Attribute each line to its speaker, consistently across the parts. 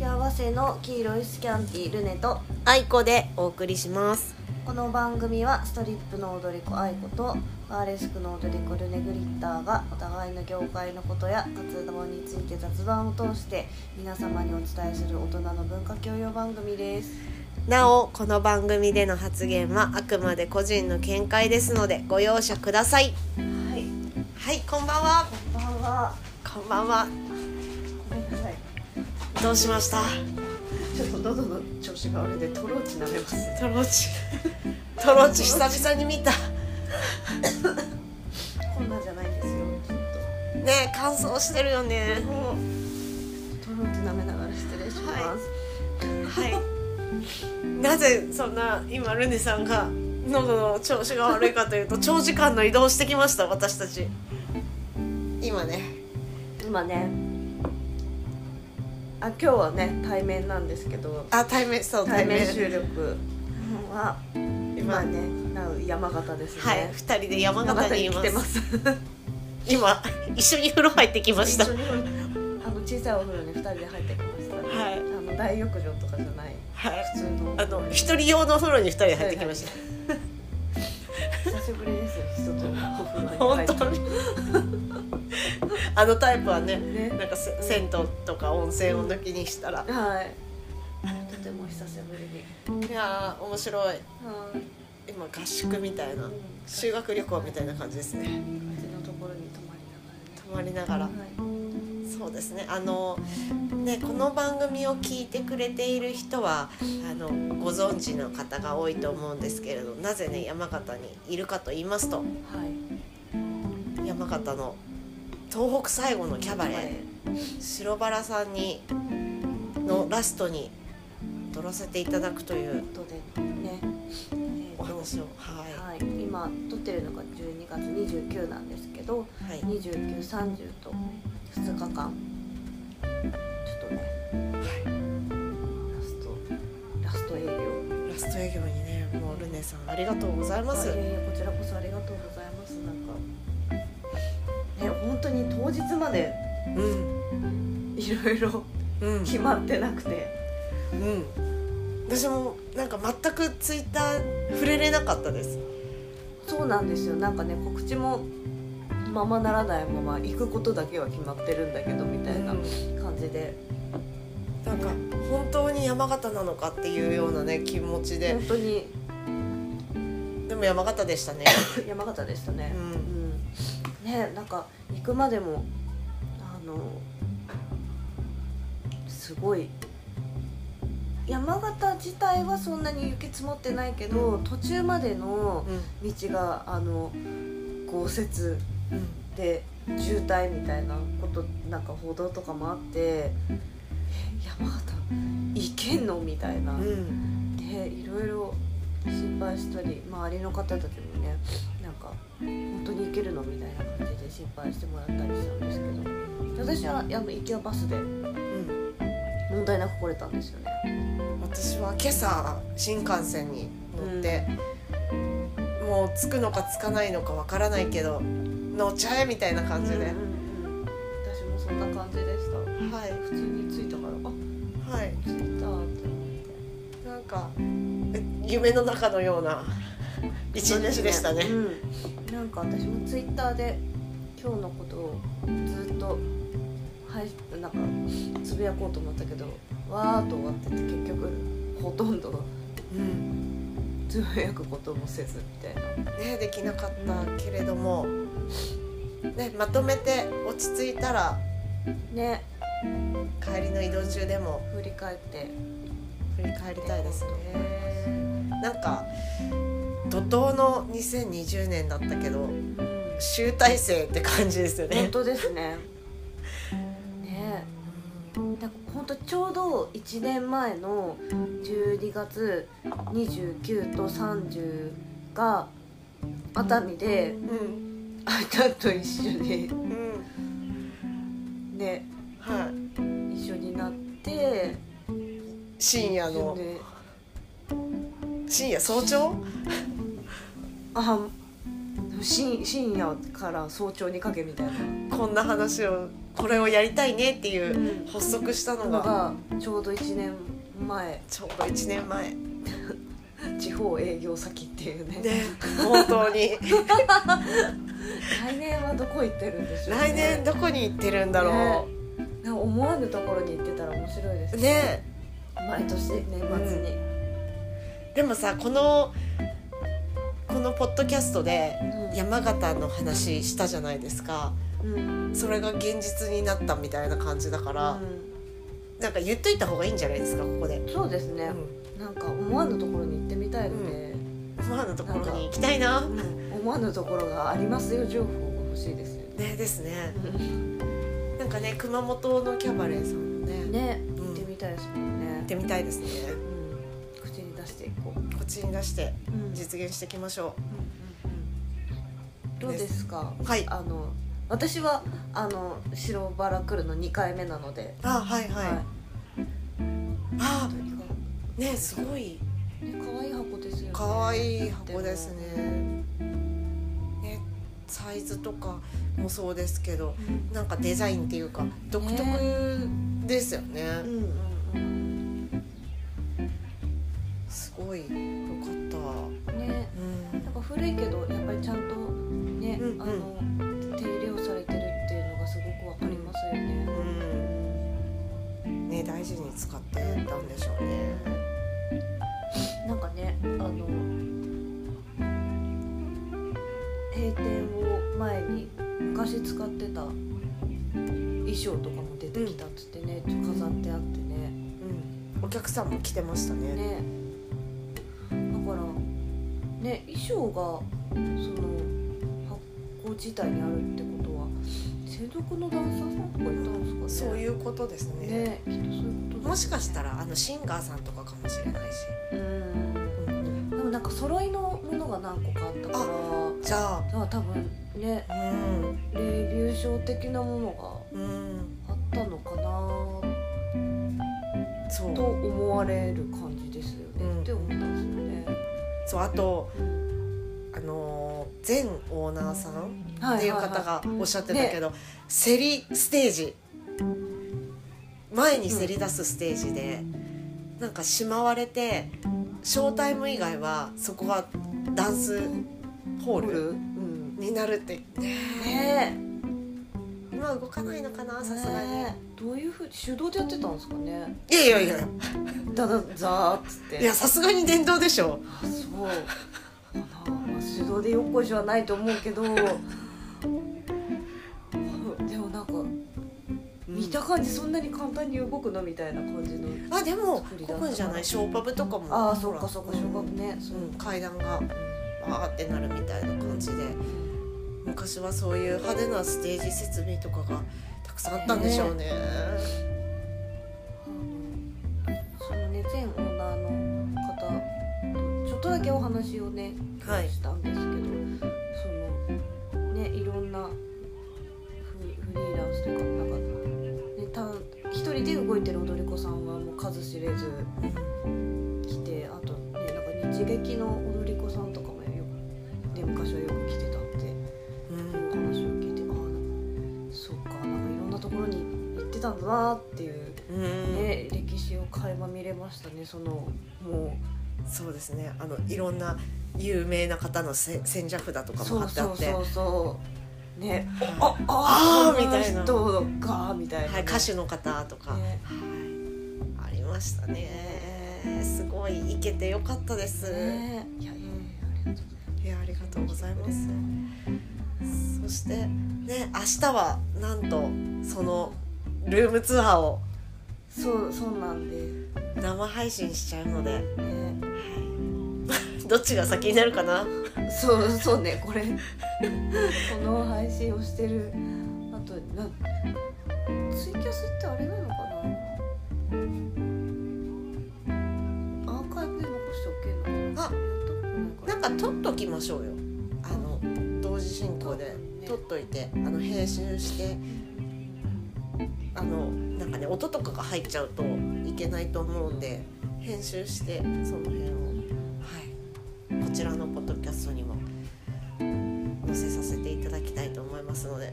Speaker 1: マセの黄色いスキャンティルネと
Speaker 2: あいこでお送りします
Speaker 1: この番組はストリップの踊り子愛子とバーレスクの踊り子ルネグリッターがお互いの業界のことや活動について雑談を通して皆様にお伝えする大人の文化教養番組です
Speaker 2: なおこの番組での発言はあくまで個人の見解ですのでご容赦ください
Speaker 1: はい
Speaker 2: はいこんばんは
Speaker 1: こんばんは
Speaker 2: こんばんは
Speaker 1: ごめんなさい
Speaker 2: どうしました
Speaker 1: ちょっと喉の調子が悪いんでトローチ舐めます
Speaker 2: トロチトロチ久々に見た
Speaker 1: こんなんじゃないんですよちょっ
Speaker 2: ねえ乾燥してるよね
Speaker 1: とトローチ舐めながら失礼します、
Speaker 2: はいなぜそんな今ルネさんが喉の調子が悪いかというと長時間の移動をしてきました私たち今ね
Speaker 1: 今ねあ今日はね対面なんですけど
Speaker 2: あ対面そう
Speaker 1: 対
Speaker 2: 対面
Speaker 1: 面収録は今
Speaker 2: 今
Speaker 1: ねなう山形ですね、
Speaker 2: はい二人で山
Speaker 1: 山
Speaker 2: 形
Speaker 1: 形
Speaker 2: にい
Speaker 1: に来て
Speaker 2: ま
Speaker 1: ますす
Speaker 2: 今一緒に風呂入ってきました
Speaker 1: 一緒に あの小さいお風呂に二人で入ってきました、
Speaker 2: はい
Speaker 1: あの大浴場とかじゃない
Speaker 2: はい
Speaker 1: 普通の
Speaker 2: あの一人用の風呂に二人入ってきました、
Speaker 1: 久しぶりですよ人とお風呂に入
Speaker 2: 本
Speaker 1: った
Speaker 2: 当にあのタイプはね
Speaker 1: ね
Speaker 2: なんかせ銭湯とか温泉を抜きにしたら
Speaker 1: はいとても久しぶりに
Speaker 2: いやー面白い
Speaker 1: はい、
Speaker 2: 今合宿みたいな修学旅行みたいな感じですね
Speaker 1: うちのところに泊まりな
Speaker 2: 泊まりなが
Speaker 1: がら
Speaker 2: ら
Speaker 1: ね、はい、
Speaker 2: そうですねあのねこの番組を聞いてくれている人はあのご存知の方が多いと思うんですけれどなぜね山形にいるかと言いますと
Speaker 1: はい、
Speaker 2: 山形の東北最後のキャバレー白バラさんにのラストに撮らせていただくという
Speaker 1: とでね、えー
Speaker 2: お
Speaker 1: と
Speaker 2: 話をはい
Speaker 1: はい、今撮ってるのが12月29なんですけど
Speaker 2: はい
Speaker 1: 2930と2日間ちょっとねラストラスト営業
Speaker 2: ラスト営業にねもうルネさんありがとうございます
Speaker 1: あいえいえこちらこそありがとうございますなんかね本当に当日まで
Speaker 2: うん
Speaker 1: いろいろ
Speaker 2: うん
Speaker 1: 決まってなくて
Speaker 2: うん私もなんか全くツイッター触れれなかったです
Speaker 1: そうなんですよなんかね告知もままならないまま行くことだけは決まってるんだけどみたいな感じで
Speaker 2: なんか本当に山形なのかっていうようなね気持ちで
Speaker 1: 本当に
Speaker 2: でも山形でしたね
Speaker 1: 山形でしたね
Speaker 2: う、
Speaker 1: うんんねなんか行くまでもあのすごい山形自体はそんなに雪積もってないけど途中までの道があの豪雪
Speaker 2: うん
Speaker 1: で渋滞みたいなことなんか歩道とかもあってえ山形行けんのみたいな。
Speaker 2: うん
Speaker 1: でいろいろ心配したり周りの方たちもねなんか本当に行けるのみたいな感じで心配してもらったりしたんですけど私はあの行きはバスで
Speaker 2: うん
Speaker 1: 問題なく来れたんですよね
Speaker 2: 私は今朝新幹線に乗って、もう着くのか着かないのかわからないけど乗っちゃえみたいな感じで、
Speaker 1: うんうんうん私もそんな感じでした
Speaker 2: はい
Speaker 1: 普通に着いたからあ
Speaker 2: はい
Speaker 1: 着いたって
Speaker 2: なんかえ夢の中のような一日でしたね
Speaker 1: うん、なんか私もツイッターで今日のことをずっとはいなんかつぶやこうと思ったけどわーっと終わってて結局ほとんど
Speaker 2: うん
Speaker 1: つぶやくこともせずみたいな
Speaker 2: ね、できなかったけれども、ね、まとめて落ち着いたら
Speaker 1: ね
Speaker 2: 帰りの移動中でも
Speaker 1: 振り返って
Speaker 2: 振り返りたいですねなんか怒涛の2020年だったけど
Speaker 1: うん
Speaker 2: 集大成って感じですよ
Speaker 1: 本
Speaker 2: ね。
Speaker 1: 当ですね ねなんか本当ちょうど1年前の12月29と30が熱海で
Speaker 2: うん、
Speaker 1: あいたんと一緒に
Speaker 2: うん、
Speaker 1: ね
Speaker 2: は
Speaker 1: 一緒になって
Speaker 2: い、深夜の
Speaker 1: で
Speaker 2: 深夜早朝
Speaker 1: あし深夜から早朝にかけみたいな
Speaker 2: こんな話をこれをやりたいねっていううん発足したの
Speaker 1: の
Speaker 2: が
Speaker 1: がちょうど1年前
Speaker 2: ちょうど1年前ね
Speaker 1: 地方営業先っていうね
Speaker 2: 本当に
Speaker 1: 来年はどこ行ってるんでしょう、ね、
Speaker 2: 来年どこに行ってるんだろ
Speaker 1: なんか思わぬところに行ってたら面白いです
Speaker 2: うね
Speaker 1: 毎年年末に、
Speaker 2: でもさこのこのポッドキャストで山形の話したじゃないですか
Speaker 1: うんうん
Speaker 2: それが現実になったみたいな感じだから、なんか言っといた方がいいんじゃないですかここで、
Speaker 1: そうです
Speaker 2: う
Speaker 1: ね、
Speaker 2: ん、
Speaker 1: なんか思わぬところに行ってみたいので、
Speaker 2: 思わぬところに行きたいな
Speaker 1: 思わぬところがありますよ情報が欲しいですよね
Speaker 2: ねですねなんかね熊本のキャバレーさんもね
Speaker 1: ね
Speaker 2: ん
Speaker 1: 行ってみたいですもん
Speaker 2: 行
Speaker 1: ね
Speaker 2: っ、てみたいですね
Speaker 1: うん、口に出していこう、
Speaker 2: こっちに出して
Speaker 1: うん
Speaker 2: 実現していきましょ
Speaker 1: どうですか
Speaker 2: うはい
Speaker 1: あの私はあの白バラ来るの2回目なので、
Speaker 2: あはいはい、
Speaker 1: はい
Speaker 2: あ
Speaker 1: 本当にか
Speaker 2: ねすごい
Speaker 1: ね可愛い箱ですよね
Speaker 2: 可愛い箱ですねねサイズとかもそうですけど
Speaker 1: うん
Speaker 2: なんかデザインっていうか独特ですよね
Speaker 1: うんうん
Speaker 2: すごいよかった
Speaker 1: うんね
Speaker 2: うん
Speaker 1: なんか古いけどやっぱりちゃんとね、
Speaker 2: うん
Speaker 1: あの手入れをされてるっていうのがすごくわかりますよね。
Speaker 2: うんね大事に使ってたんでしょうね
Speaker 1: なんかねあの閉店を前に昔使ってた衣装とかも出てきたっつってね、飾ってあってね
Speaker 2: うんお客さんも来てましたね
Speaker 1: ねだからね衣装がその発行自体にあるってことは専属のダンサーさんとかいたんですかね
Speaker 2: そういうことですね
Speaker 1: ねきっとそういうこと
Speaker 2: もしかしたらあのシンガーさんとかかもしれないし、
Speaker 1: うんでもなんか揃いのものが何個かあったから
Speaker 2: じゃあ
Speaker 1: だから多分ね
Speaker 2: うん
Speaker 1: レビュー賞的なもの
Speaker 2: うん
Speaker 1: があったのかな
Speaker 2: そう
Speaker 1: と思われる感じですよね、
Speaker 2: うん
Speaker 1: って思ったんですよね。
Speaker 2: そうあとあのー前オーナーさんっていう方がおっしゃってたけど、競りステージ前に競り出すステージで、なんかしまわれてショータイム以外はそこはダンスホール
Speaker 1: うん
Speaker 2: になるってね
Speaker 1: ね
Speaker 2: 今動かないのかな
Speaker 1: え
Speaker 2: さすがに、
Speaker 1: ねえどういうふうに手動でやってたんですかね
Speaker 2: いやいやいや
Speaker 1: ダダザーっつって
Speaker 2: いやさすがに電動でしょ
Speaker 1: あそうあなまあ手動でよっこいしょはないと思うけどでもなんか見た感じそんなに簡単に動くのみたいな感じの
Speaker 2: あでも
Speaker 1: 作りだった
Speaker 2: こくんじゃないショーパブとかも
Speaker 1: ああそうかそう
Speaker 2: ほ
Speaker 1: から小学ね
Speaker 2: う
Speaker 1: そ
Speaker 2: ん、階段がわーってなるみたいな感じで昔はそういう派手なステージ設備とかがたくさんあったんでしょうね、
Speaker 1: そのね前オーナーの方とちょっとだけお話をね、
Speaker 2: はい
Speaker 1: したんですけどそのねいろんなフリフリーランスというかなんか、ね、た一人で動いてる踊り子さんはもう数知れず来てあとねなんか日劇の踊り子さんとかもよく、ね、昔はよく来てたって。
Speaker 2: うん
Speaker 1: 話を聞いてああそっかなんかいろんなところに行ってたんだなっていう、
Speaker 2: うん
Speaker 1: ね歴史を垣間見れましたねそのも
Speaker 2: そうですねあのいろんな有名な方のせ千社札と
Speaker 1: う
Speaker 2: かも
Speaker 1: そ
Speaker 2: 貼
Speaker 1: う
Speaker 2: ってあ
Speaker 1: そ
Speaker 2: っ
Speaker 1: う
Speaker 2: て
Speaker 1: そうそうね
Speaker 2: は
Speaker 1: ああ
Speaker 2: あー
Speaker 1: こん
Speaker 2: みたいな
Speaker 1: 人がみたい
Speaker 2: い
Speaker 1: なね、
Speaker 2: はい、歌手の方とか、
Speaker 1: ね
Speaker 2: はい、ありましたねすごい行けてよかったです、
Speaker 1: ねいやいやいやありがとうござい
Speaker 2: いやありがとうございます。そしてね明日はなんとそのルームツアーを
Speaker 1: ますそうそうなんで、
Speaker 2: 生配信しちゃうので、
Speaker 1: ね、
Speaker 2: どっちが先になるかな。
Speaker 1: そうそうねこれ この配信をしてるあとなツイキャスってあれなのかなアーカイブで残しておけるのかな
Speaker 2: あなんか撮っときましょうよ。あの同時進行で撮っといて、あの編集して、あのなんかね音とかが入っちゃうといけないと思うんで編集してその辺をはいこちらのポッドキャストにも載せさせていただきたいと思いますので。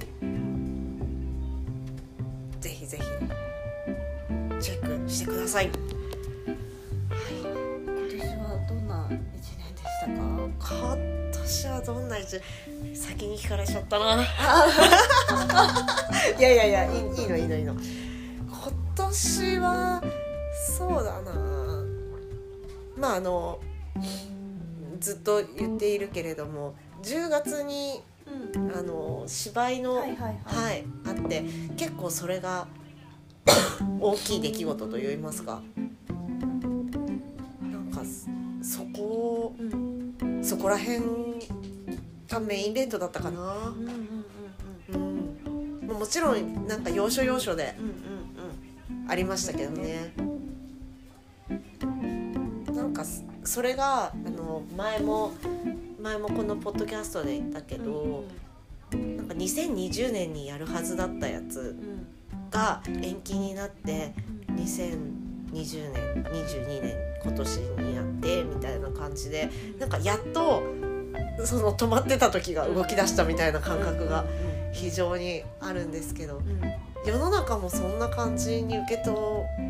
Speaker 2: ぜひぜひチェックしてください
Speaker 1: 今年はどんな一年でしたか
Speaker 2: 今年はどんな一先に聞かれちゃったな いやいやいやいいいいのいいのいいの今年はそうだなまああのずっと言っているけれども10月に
Speaker 1: うん
Speaker 2: あの芝居の、
Speaker 1: はいはいはい
Speaker 2: はい、あって結構それが 大きい出来事といいますかなんかそこ
Speaker 1: うんうん
Speaker 2: そこら辺がメインイベントだったかな
Speaker 1: うんうんうん
Speaker 2: うんもちろんなんか要所要所で
Speaker 1: うんうんうん
Speaker 2: ありましたけどねなんかそれがあの前も前もこのポッドキャストで言ったけどなんか2020年にやるはずだったやつ
Speaker 1: うんうん
Speaker 2: が延期になって
Speaker 1: うん
Speaker 2: 2020年22年今年にやってみたいな感じでなんかやっとその止まってた時が動き出したみたいな感覚が非常にあるんですけど
Speaker 1: うん
Speaker 2: 世の中もそんな感じに受け取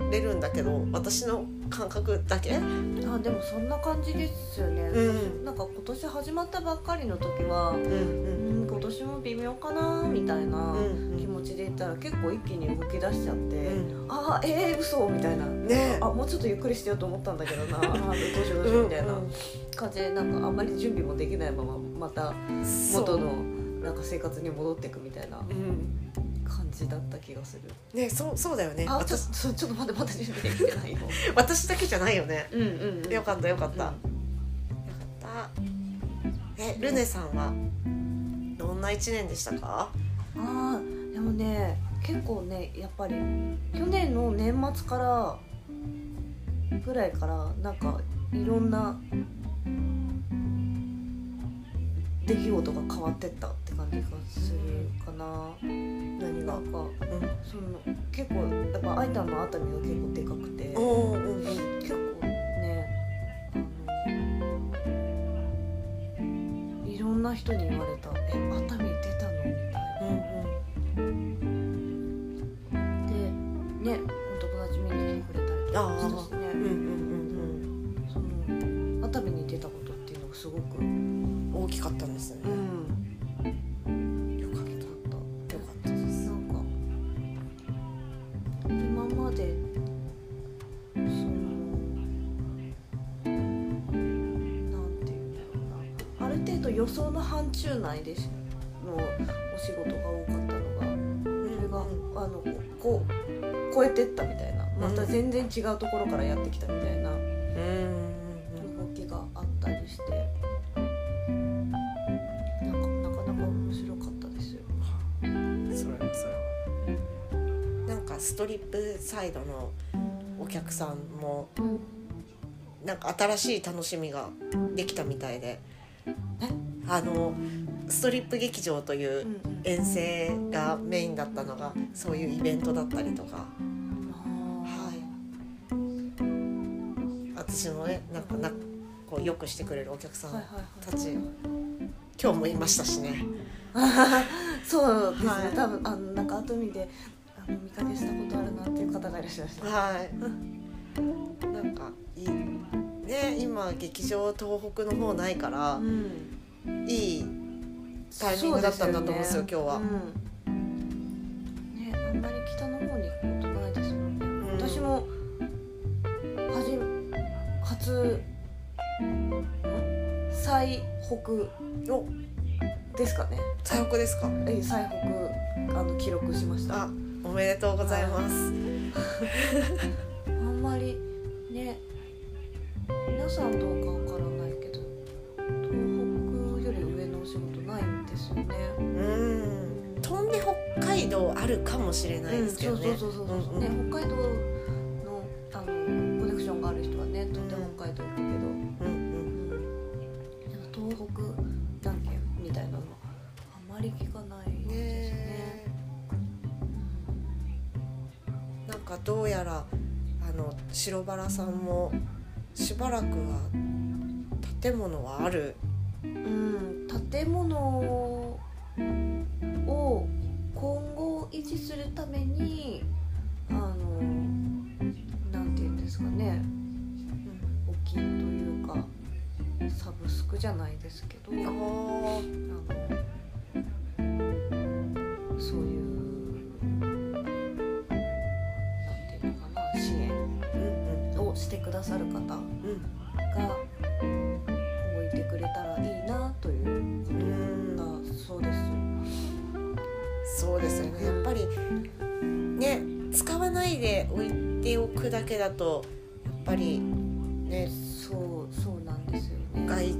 Speaker 2: れるんだけど私の感覚だけ
Speaker 1: うんあでもそんな感じですよね、
Speaker 2: うん
Speaker 1: なんか今年始まったばっかりの時は
Speaker 2: うんう
Speaker 1: うんん今年も微妙かなみたいな
Speaker 2: うん
Speaker 1: 気持ちでいたら結構一気に動き出しちゃって、
Speaker 2: うん
Speaker 1: あーえー、嘘みたいな
Speaker 2: ねえ
Speaker 1: あもうちょっとゆっくりしてようと思ったんだけどなあーどうしようどうしようみたいな感じでなんかあんまり準備もできないまままた元のなんか生活に戻っていくみたいな
Speaker 2: うん
Speaker 1: 感じだった気がする
Speaker 2: ねえそうそうだよね
Speaker 1: あちょ
Speaker 2: 私
Speaker 1: ちょちょっと待ってまだ準備できてないよ
Speaker 2: 私だけじゃないよね
Speaker 1: うんうん、うん、
Speaker 2: よかったよかっ、
Speaker 1: った
Speaker 2: よかったえルネさんはどんな一年でしたか
Speaker 1: あーでもね結構ねやっぱり去年の年末からぐらいからなんかいろんな出来事が変わってったって感じがするかな。
Speaker 2: 何
Speaker 1: なんかその結構やっぱアイタンの熱海が結構でかくて
Speaker 2: おおーうんうん
Speaker 1: 結構ねあのいろんな人に言われた「え熱海出たの?」みたいな。でねお友達見に来てくれたりとかしたし
Speaker 2: うんうんう
Speaker 1: ね
Speaker 2: ん
Speaker 1: その熱海に出たことっていうのがすごくうん
Speaker 2: うん大きかったんですねよかっ
Speaker 1: だった
Speaker 2: たよかったです
Speaker 1: なんか今までそのなんていうんだろうなある程度予想の範疇内でしのお仕事が多かったのがそれがあのこう超えてったみたいなまた全然違うところからやってきたみたいな
Speaker 2: うん
Speaker 1: 動きがあったりしてなんかなかなか面白かったですよ。
Speaker 2: うんうんそれはそれはなんかストリップサイドのお客さんもなんか新しい楽しみができたみたいで
Speaker 1: え
Speaker 2: あのストリップ劇場という
Speaker 1: うんうん
Speaker 2: 遠征がメインだったのがそういうイベントだったりとか、
Speaker 1: あ
Speaker 2: はい、私もねなんかなこうよくしてくれるお客さ
Speaker 1: ーはい
Speaker 2: ん
Speaker 1: はいはい
Speaker 2: たち、今日もいましたしね
Speaker 1: そうですね、
Speaker 2: はい
Speaker 1: 多分あのなんか後見であの見かけしたことあるなっていう方がいらっしゃいました。
Speaker 2: はいなんかいいね今劇場東北の方ないから
Speaker 1: ん、
Speaker 2: いいタイミングだったんだと思うんですよ今日は
Speaker 1: うんね、あんまり北の方に行くことないですもんね。
Speaker 2: ん
Speaker 1: 私もはじ初ん最北
Speaker 2: お
Speaker 1: ですかね。
Speaker 2: 最北ですか
Speaker 1: え最北あの記録しました
Speaker 2: あ
Speaker 1: あ
Speaker 2: おめでとうございます
Speaker 1: んまりね皆さんどうかわからないけど東北より上のお仕事ないんですよね
Speaker 2: うん飛んで北海道あるかもしれないですけどね、
Speaker 1: うんそうそうそうそうそう、
Speaker 2: うんう
Speaker 1: ね
Speaker 2: ん
Speaker 1: 北海道のあのコネクションがある人はねとっても北海道行くけど、
Speaker 2: うん
Speaker 1: うん、でも東北何県みたいなのはあまり聞かない
Speaker 2: うん
Speaker 1: ですね
Speaker 2: ねえなんかどうやらあの白バラさんもしばらくは建物はある
Speaker 1: うん、建物を今後維ージするためにあのなんていうんですかね募金というかサブスクじゃないですけどあの
Speaker 2: あ
Speaker 1: そういうなんていうのかな支援
Speaker 2: ーうん
Speaker 1: をしてくださる方が
Speaker 2: うん
Speaker 1: 動いてくれたらいいなというこ
Speaker 2: うん
Speaker 1: とがそうです。
Speaker 2: そうですよねやっぱりね使わないで置いておくだけだとやっぱりね
Speaker 1: そうそうなんですよね。
Speaker 2: 害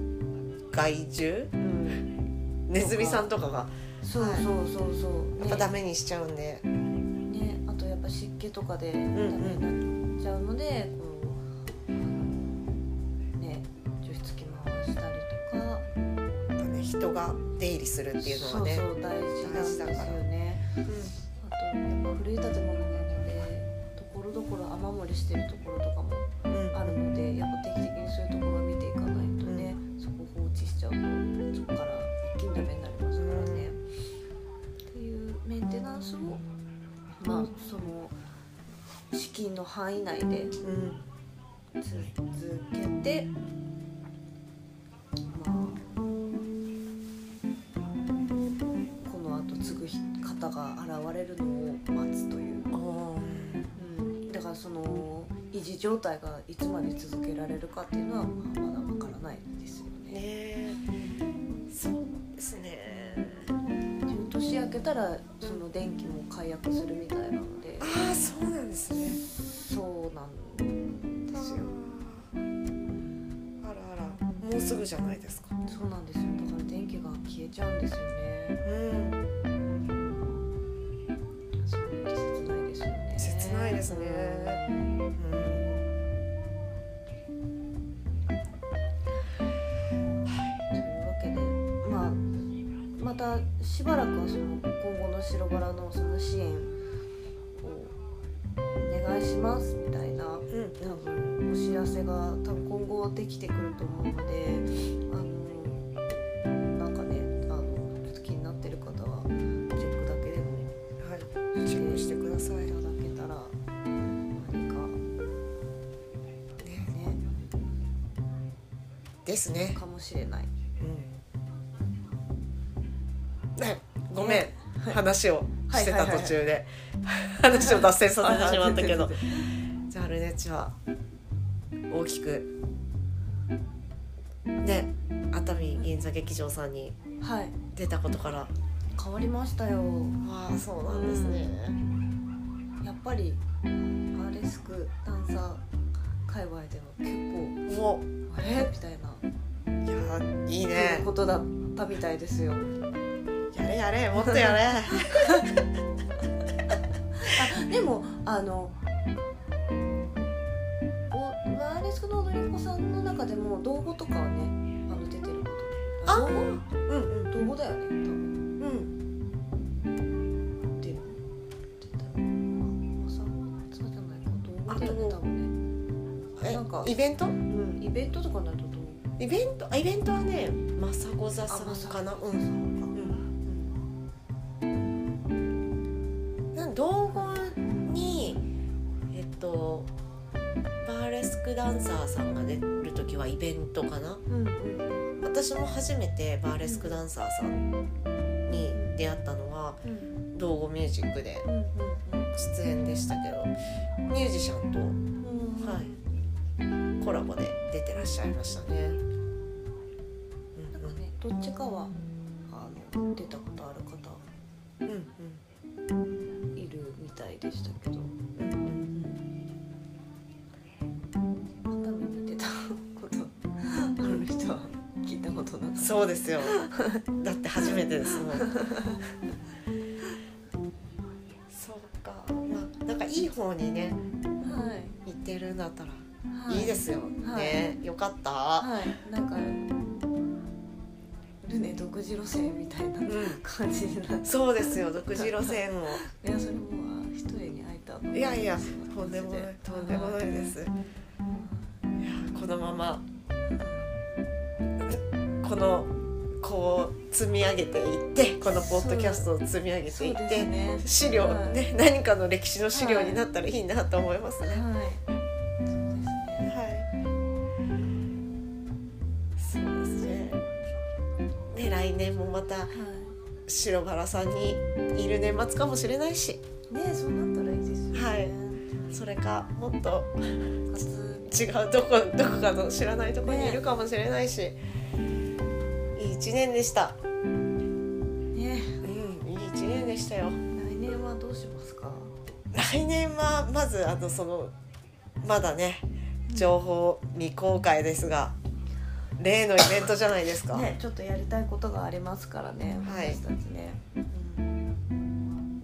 Speaker 2: 害獣
Speaker 1: うん、
Speaker 2: ネズミさんとかが
Speaker 1: そうそうそうそう。
Speaker 2: やっぱダ
Speaker 1: ね
Speaker 2: メにしちゃうんで、
Speaker 1: ね、あとやっぱ湿気とかでダメに
Speaker 2: ん
Speaker 1: なっちゃうので、こうあのね除湿機回したりとか、
Speaker 2: やっぱね人が出入りするっていうのはね
Speaker 1: そうそう大事なんですよ
Speaker 2: 大事だから
Speaker 1: ね。
Speaker 2: うん
Speaker 1: あとやっぱ古い建物なので。ところどころ雨漏りしてるところとかも
Speaker 2: うん
Speaker 1: あるのでやっぱ定期的にそういうところを見ていかないとね、そこ放置しちゃうとそこから一気にダメになりますからね。っていうメンテナンスをまあその資金の範囲内で
Speaker 2: うん
Speaker 1: 続けてまあこの後継ぐ方が現れるのを待つという。
Speaker 2: あ
Speaker 1: うんだからその維持状態がいつまで続けられるかっていうのはまあまだわからないですよ
Speaker 2: ー
Speaker 1: ね。
Speaker 2: ねそうですね
Speaker 1: 年明けたらその電気も解約するみたいなので
Speaker 2: あ、あそうなんですね
Speaker 1: そうなんですよ。
Speaker 2: あらあらもうすぐじゃないですか
Speaker 1: そうなんですよ。だから電気が消えちゃうんですよね。
Speaker 2: うん
Speaker 1: そういうのって切ないですよね。
Speaker 2: 切ないですねうん
Speaker 1: というわけで、まあまたしばらくはその今後の白バラのその支援をお願いしますみたいな。
Speaker 2: うん
Speaker 1: 多分お知らせが多分今後できてくると思うのであのなんかねあのちょっと気になってる方はチェックだけでも
Speaker 2: はいチェックしてください
Speaker 1: いただけたら何か
Speaker 2: ね
Speaker 1: ね
Speaker 2: ですね
Speaker 1: かもしれない
Speaker 2: うんねごめん、
Speaker 1: ね
Speaker 2: 話をしてた
Speaker 1: はいはいはい
Speaker 2: 途中で話を脱線させてしまったけ
Speaker 1: あ
Speaker 2: ど
Speaker 1: 全然
Speaker 2: じゃあルネッチは大きくね熱海銀座劇場さんに
Speaker 1: 全然 はい
Speaker 2: 出たことから
Speaker 1: 変わりましたよ
Speaker 2: ああそう
Speaker 1: なんですねやっぱりアーレスクダンサー界隈では結構
Speaker 2: お
Speaker 1: あれみたいない
Speaker 2: やいい
Speaker 1: いう
Speaker 2: ね
Speaker 1: ことだったみたいですよ
Speaker 2: やれやれもっとやれ
Speaker 1: でもあのおワーレスクの踊り子さんの中でも道後とかはねあの出てること
Speaker 2: あ
Speaker 1: 道後
Speaker 2: うんうん
Speaker 1: 道後だよね多分
Speaker 2: うん
Speaker 1: 出る出たあさそうじゃないか道後だよね
Speaker 2: あと
Speaker 1: 多分ね
Speaker 2: え
Speaker 1: なんか
Speaker 2: イベント
Speaker 1: うんイベントとかになると道
Speaker 2: イベントあイベントはねマサゴ座さ
Speaker 1: 後
Speaker 2: んかな
Speaker 1: う
Speaker 2: うん
Speaker 1: ん
Speaker 2: なん道後にえっとバーレスクダンサーさんが出る時はイベントかな
Speaker 1: うんうんうん
Speaker 2: 私も初めてバーレスクダンサーさんに出会ったのは
Speaker 1: うん
Speaker 2: 道後ミュージックで
Speaker 1: うん
Speaker 2: 出演でしたけどミュージシャンと、
Speaker 1: うんうん
Speaker 2: はい、コラボで出てらっしゃいましたね。
Speaker 1: なんかねどっちかはあの出たことある方
Speaker 2: うんうんうん
Speaker 1: いるみたいでしたけど
Speaker 2: うんうん
Speaker 1: 熱海に出たことある人は聞いたことなかっ
Speaker 2: うん
Speaker 1: た
Speaker 2: そうですよだって初めてですもんそうかまあなんかいい方にね
Speaker 1: はい、
Speaker 2: 行ってるんだったら
Speaker 1: はい
Speaker 2: いですよ、
Speaker 1: はい
Speaker 2: ねよかった、
Speaker 1: はいなんかルネ独自路線みたいな
Speaker 2: うん
Speaker 1: 感じになって
Speaker 2: そうですよ独自路 線を
Speaker 1: いやそれもあ一重に会えたの
Speaker 2: いやいやとんでもないとんでもないですいやこのままこのこう積み上げていってこのポッドキャストを積み上げてい
Speaker 1: そう
Speaker 2: っ
Speaker 1: です
Speaker 2: て、
Speaker 1: ね
Speaker 2: 資料、
Speaker 1: はい
Speaker 2: ね何かの歴史の資料になったらいいなと思いますね。
Speaker 1: はいそうですね
Speaker 2: はい、そうですね。ね来年もまた
Speaker 1: は
Speaker 2: 白原さんにいる年末かもしれないし、
Speaker 1: いねそうなったらいいですよね
Speaker 2: はいそれかもっと
Speaker 1: 初
Speaker 2: 違うどこどこかの知らないとこにいるかもしれないし、いい一年でした。
Speaker 1: ね
Speaker 2: うん、いい一年でしたよ。
Speaker 1: 来年はどうしますか
Speaker 2: 来年はまずあのそのまだね情報未公開ですが、例のイベントじゃないですか。
Speaker 1: ねちょっとやりたいことがありますからね
Speaker 2: はい
Speaker 1: 私たちね、うん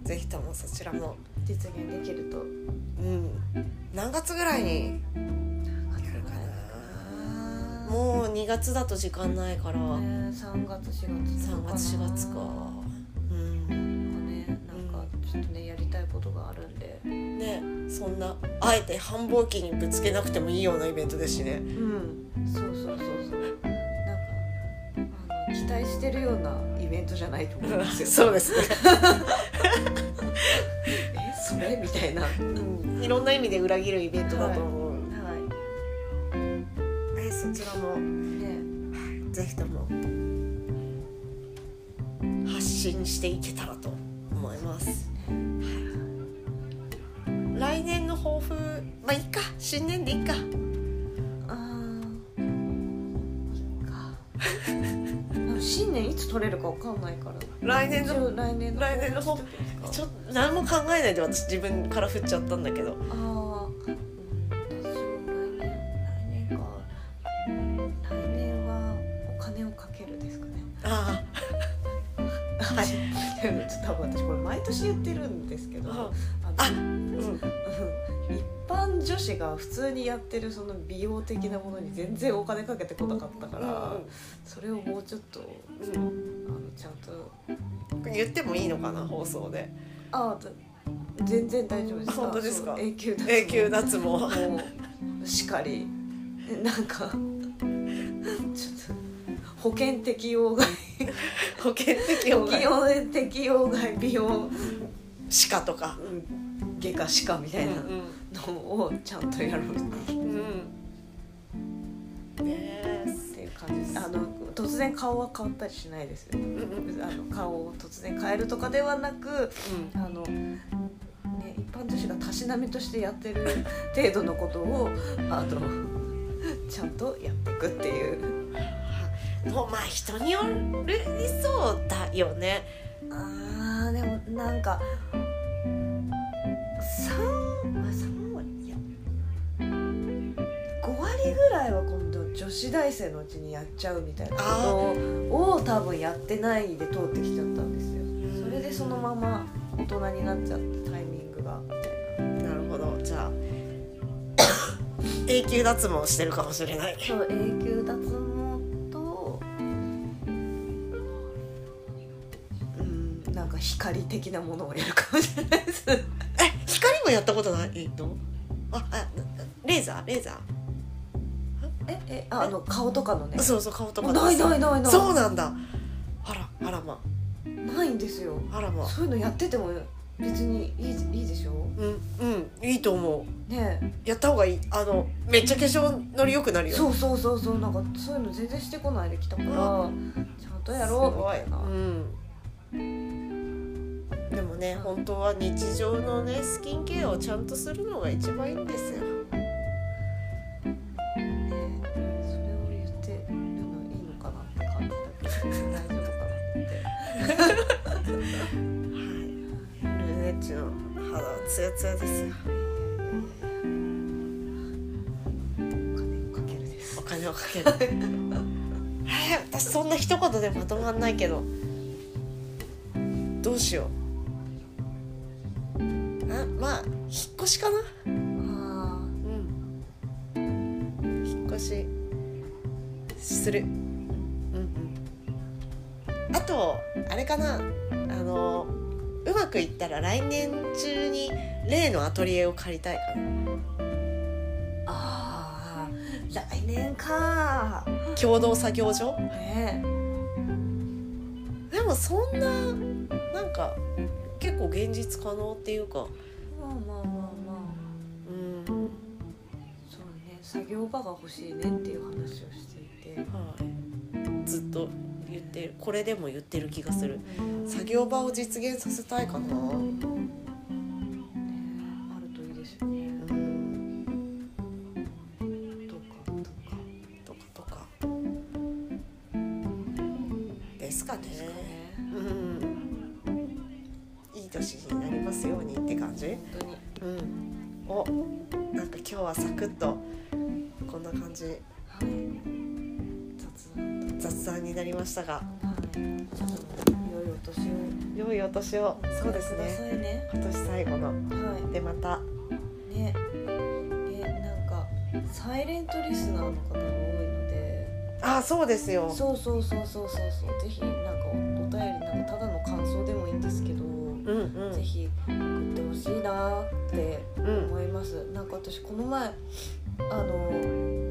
Speaker 2: ぜひともそちらも、
Speaker 1: 実現できると
Speaker 2: うん、何月ぐらいにやるかな。もう2月だと時間ないから、
Speaker 1: ね3月4月と
Speaker 2: 3
Speaker 1: か
Speaker 2: 月4月か。うん。
Speaker 1: ねなんかちょっとねやりたいことがあるんで
Speaker 2: ねそんなあえて繁忙期にぶつけなくてもいいようなイベントですし ね。
Speaker 1: うんそうそうそうそうなんかあの期待してるようなイベントじゃないと思 うんですよ
Speaker 2: そうですね。
Speaker 1: えそれみ たいなはい
Speaker 2: うんいろんな意味で裏切るイベントだと思う。はい、そちらも
Speaker 1: ね
Speaker 2: ぜひとも発信していけたらと思います。はい来年の抱負、まあいいか、新年でいいか。
Speaker 1: あーいいか でも新年いつ取れるかわかんないから
Speaker 2: 来年
Speaker 1: 一応
Speaker 2: の
Speaker 1: 来年の
Speaker 2: 来年の抱負ちょっと何も考えないで私自分から振っちゃったんだけど、
Speaker 1: ああ、うん、私も来年、来年か。来年はお金をかけるですかね。
Speaker 2: あ
Speaker 1: はい。ちょっと多分私これ毎年言ってるんですけど、
Speaker 2: あ、
Speaker 1: あの
Speaker 2: あ、うん、
Speaker 1: うん一般女子が普通にやってるその美容的なものに全然お金かけてこなかったから、それをもうちょっと
Speaker 2: うん、
Speaker 1: あのちゃんと、
Speaker 2: うん、言ってもいいのかな放送で。
Speaker 1: ああ、だ全然大丈夫です。
Speaker 2: 本当ですか
Speaker 1: そう永久脱毛
Speaker 2: 永久脱毛。
Speaker 1: もうしかりえなんかちょっと保険適用外
Speaker 2: 保険適用
Speaker 1: 保
Speaker 2: が
Speaker 1: 険適用外美容
Speaker 2: 歯科とか。
Speaker 1: 外科歯科みたいなのをちゃんとやろうっ
Speaker 2: うん。ねえ。
Speaker 1: ていう感じですあの突然顔は変わったりしないですよ
Speaker 2: うんうん
Speaker 1: あの顔を突然変えるとかではなく
Speaker 2: うん
Speaker 1: あの、ね、一般女子がたしなみとしてやってる 程度のことをあのちゃんとやっていくっていう
Speaker 2: もうまあ人によるにそうだよね。
Speaker 1: あーでもなんか3あ三割いや5割ぐらいは今度女子大生のうちにやっちゃうみたいなことを多分やってないで通ってきちゃったんですよそれでそのまま大人になっちゃったタイミングがみたいな
Speaker 2: なるほど。じゃあ永久脱毛してるかもしれない。
Speaker 1: そう永久脱毛とうんなんか光的なものをやるかもしれないです
Speaker 2: え光もやったことない？えっとああレーザーレーザ
Speaker 1: ええああの顔とかのね
Speaker 2: ー。そうそう顔とかでさ。
Speaker 1: ないないないない
Speaker 2: そうなんだ。あらあらま
Speaker 1: ないんですよ
Speaker 2: あらま。
Speaker 1: そういうのやってても別にいいいいでしょ
Speaker 2: うんうんいいと思
Speaker 1: ねえ
Speaker 2: う。やった方がいい。あのめっちゃ化粧のり良くなるよ。
Speaker 1: そうそうそうそうなんかそういうの全然してこないできたからちゃんとやろうみたいな、
Speaker 2: うん、でもね本当は日常のねスキンケアをちゃんとするのが一番いいんですよ
Speaker 1: ねえそれを言ってるのいいのかなって感じだけど大丈夫かな
Speaker 2: ルネッチの肌はツヤツヤですよ
Speaker 1: お金をかけるです
Speaker 2: お金をかけるえー私そんな一言でまとまんないけどどうしようあまあ引っ越しかな
Speaker 1: あ
Speaker 2: うん引っ越しするうんうんあとあれかなあのうまくいったら来年中に例のアトリエを借りたいかな
Speaker 1: ーあー来年か
Speaker 2: 共同作業所
Speaker 1: ねえ
Speaker 2: もそんななんか結構現実可能っていうか
Speaker 1: まあまあまあまあ
Speaker 2: うん
Speaker 1: そうね作業場が欲しいねっていう話をしていて
Speaker 2: はいずっと言ってるこれでも言ってる気がする
Speaker 1: さ
Speaker 2: 作業場を実現させたいか
Speaker 1: あ
Speaker 2: な
Speaker 1: るといいですよね
Speaker 2: うん
Speaker 1: とかとか
Speaker 2: とかとかですかね
Speaker 1: ですかね
Speaker 2: うんいい年になりますようにって感じ
Speaker 1: 本当に
Speaker 2: うんおなんか今日はサクッとこんな感じ
Speaker 1: はい雑談
Speaker 2: 雑談になりましたが
Speaker 1: はい良いお年を
Speaker 2: 良いお年をそうです
Speaker 1: くださ
Speaker 2: ね
Speaker 1: いね
Speaker 2: 今年最後の
Speaker 1: はい
Speaker 2: でまた
Speaker 1: ねえなんかサイレントリスナーの方が多いので
Speaker 2: あそうですよ
Speaker 1: そうそうそうそうそうそうぜひなんかおお便りなんかただの感想でもいいんですけど、
Speaker 2: うんう
Speaker 1: ぜ
Speaker 2: ん
Speaker 1: ひ送ってほしいなって
Speaker 2: うん
Speaker 1: 思います、なんか私この前あの、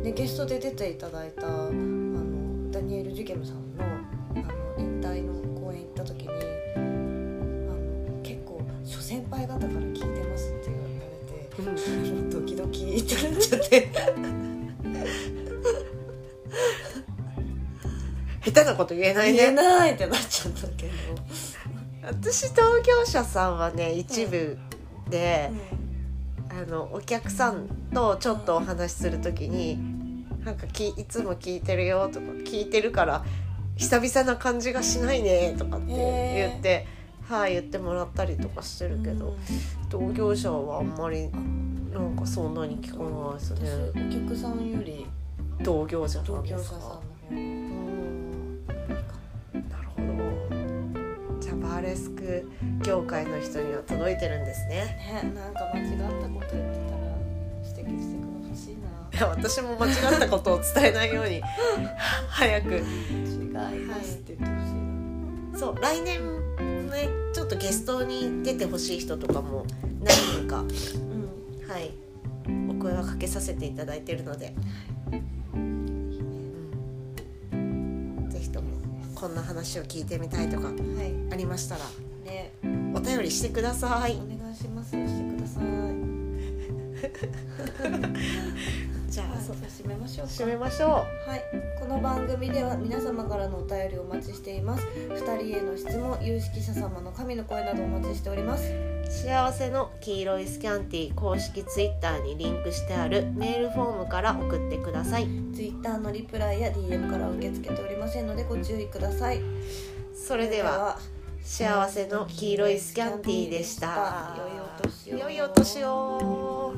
Speaker 1: ね、ゲストで出ていただいたあのダニエル・ジュゲムさんのあの引退の公演行った時にあの結構「諸先輩方から聞いてます」って言われて。
Speaker 2: うん
Speaker 1: ドキドキってなっちゃって
Speaker 2: 下手なこと言えない
Speaker 1: 言え
Speaker 2: ね
Speaker 1: ないってなっちゃったけど、
Speaker 2: 私同業者さんはね一部で、あのお客さんとちょっとお話しするときに「なんかきいつも聞いてるよ」とか「聞いてるから久々な感じがしないね」とかって
Speaker 1: へー
Speaker 2: 言って「はい、言ってもらったりとかしてるけど、同業者はあんまり
Speaker 1: うん
Speaker 2: なんかそんなに聞かないです
Speaker 1: 私
Speaker 2: ね
Speaker 1: お客さんより
Speaker 2: 同業者な
Speaker 1: 同
Speaker 2: ん
Speaker 1: 業
Speaker 2: で
Speaker 1: 者
Speaker 2: す
Speaker 1: さんの
Speaker 2: か
Speaker 1: 方がいい
Speaker 2: うん
Speaker 1: か
Speaker 2: なるほどじゃあバーレスク業界の人には届いてるんですね
Speaker 1: ねなんか間違ったこと言ってたら指摘してくださいない
Speaker 2: や私も間違ったことを伝えないように 早く
Speaker 1: 違いますって言ってほしいな
Speaker 2: そう来年ねちょっとゲストに出てほしい人とかも何人か
Speaker 1: うん
Speaker 2: はいお声はかけさせていただいてるので、うんぜひともこんな話を聞いてみたいとか
Speaker 1: はい
Speaker 2: ありましたら
Speaker 1: ね
Speaker 2: お便りしてください
Speaker 1: お願いしますしてくださいは
Speaker 2: じゃあ
Speaker 1: いじ
Speaker 2: そ
Speaker 1: ゃ
Speaker 2: う
Speaker 1: あ締めましょうか
Speaker 2: 締めましょ
Speaker 1: はい、この番組では皆様からのお便りをお待ちしています。二人への質問、有識者様の神の声などお待ちしております。
Speaker 2: う幸せの黄色いスキャンティ公式ツイッターにリンクしてあるメールフォームから送ってください
Speaker 1: Twitter のリプライや DM から受け付けておりませんのでご注意ください。
Speaker 2: それでは。幸せの黄色いスキャンティーでした。
Speaker 1: 良いお年を
Speaker 2: 良いお年を。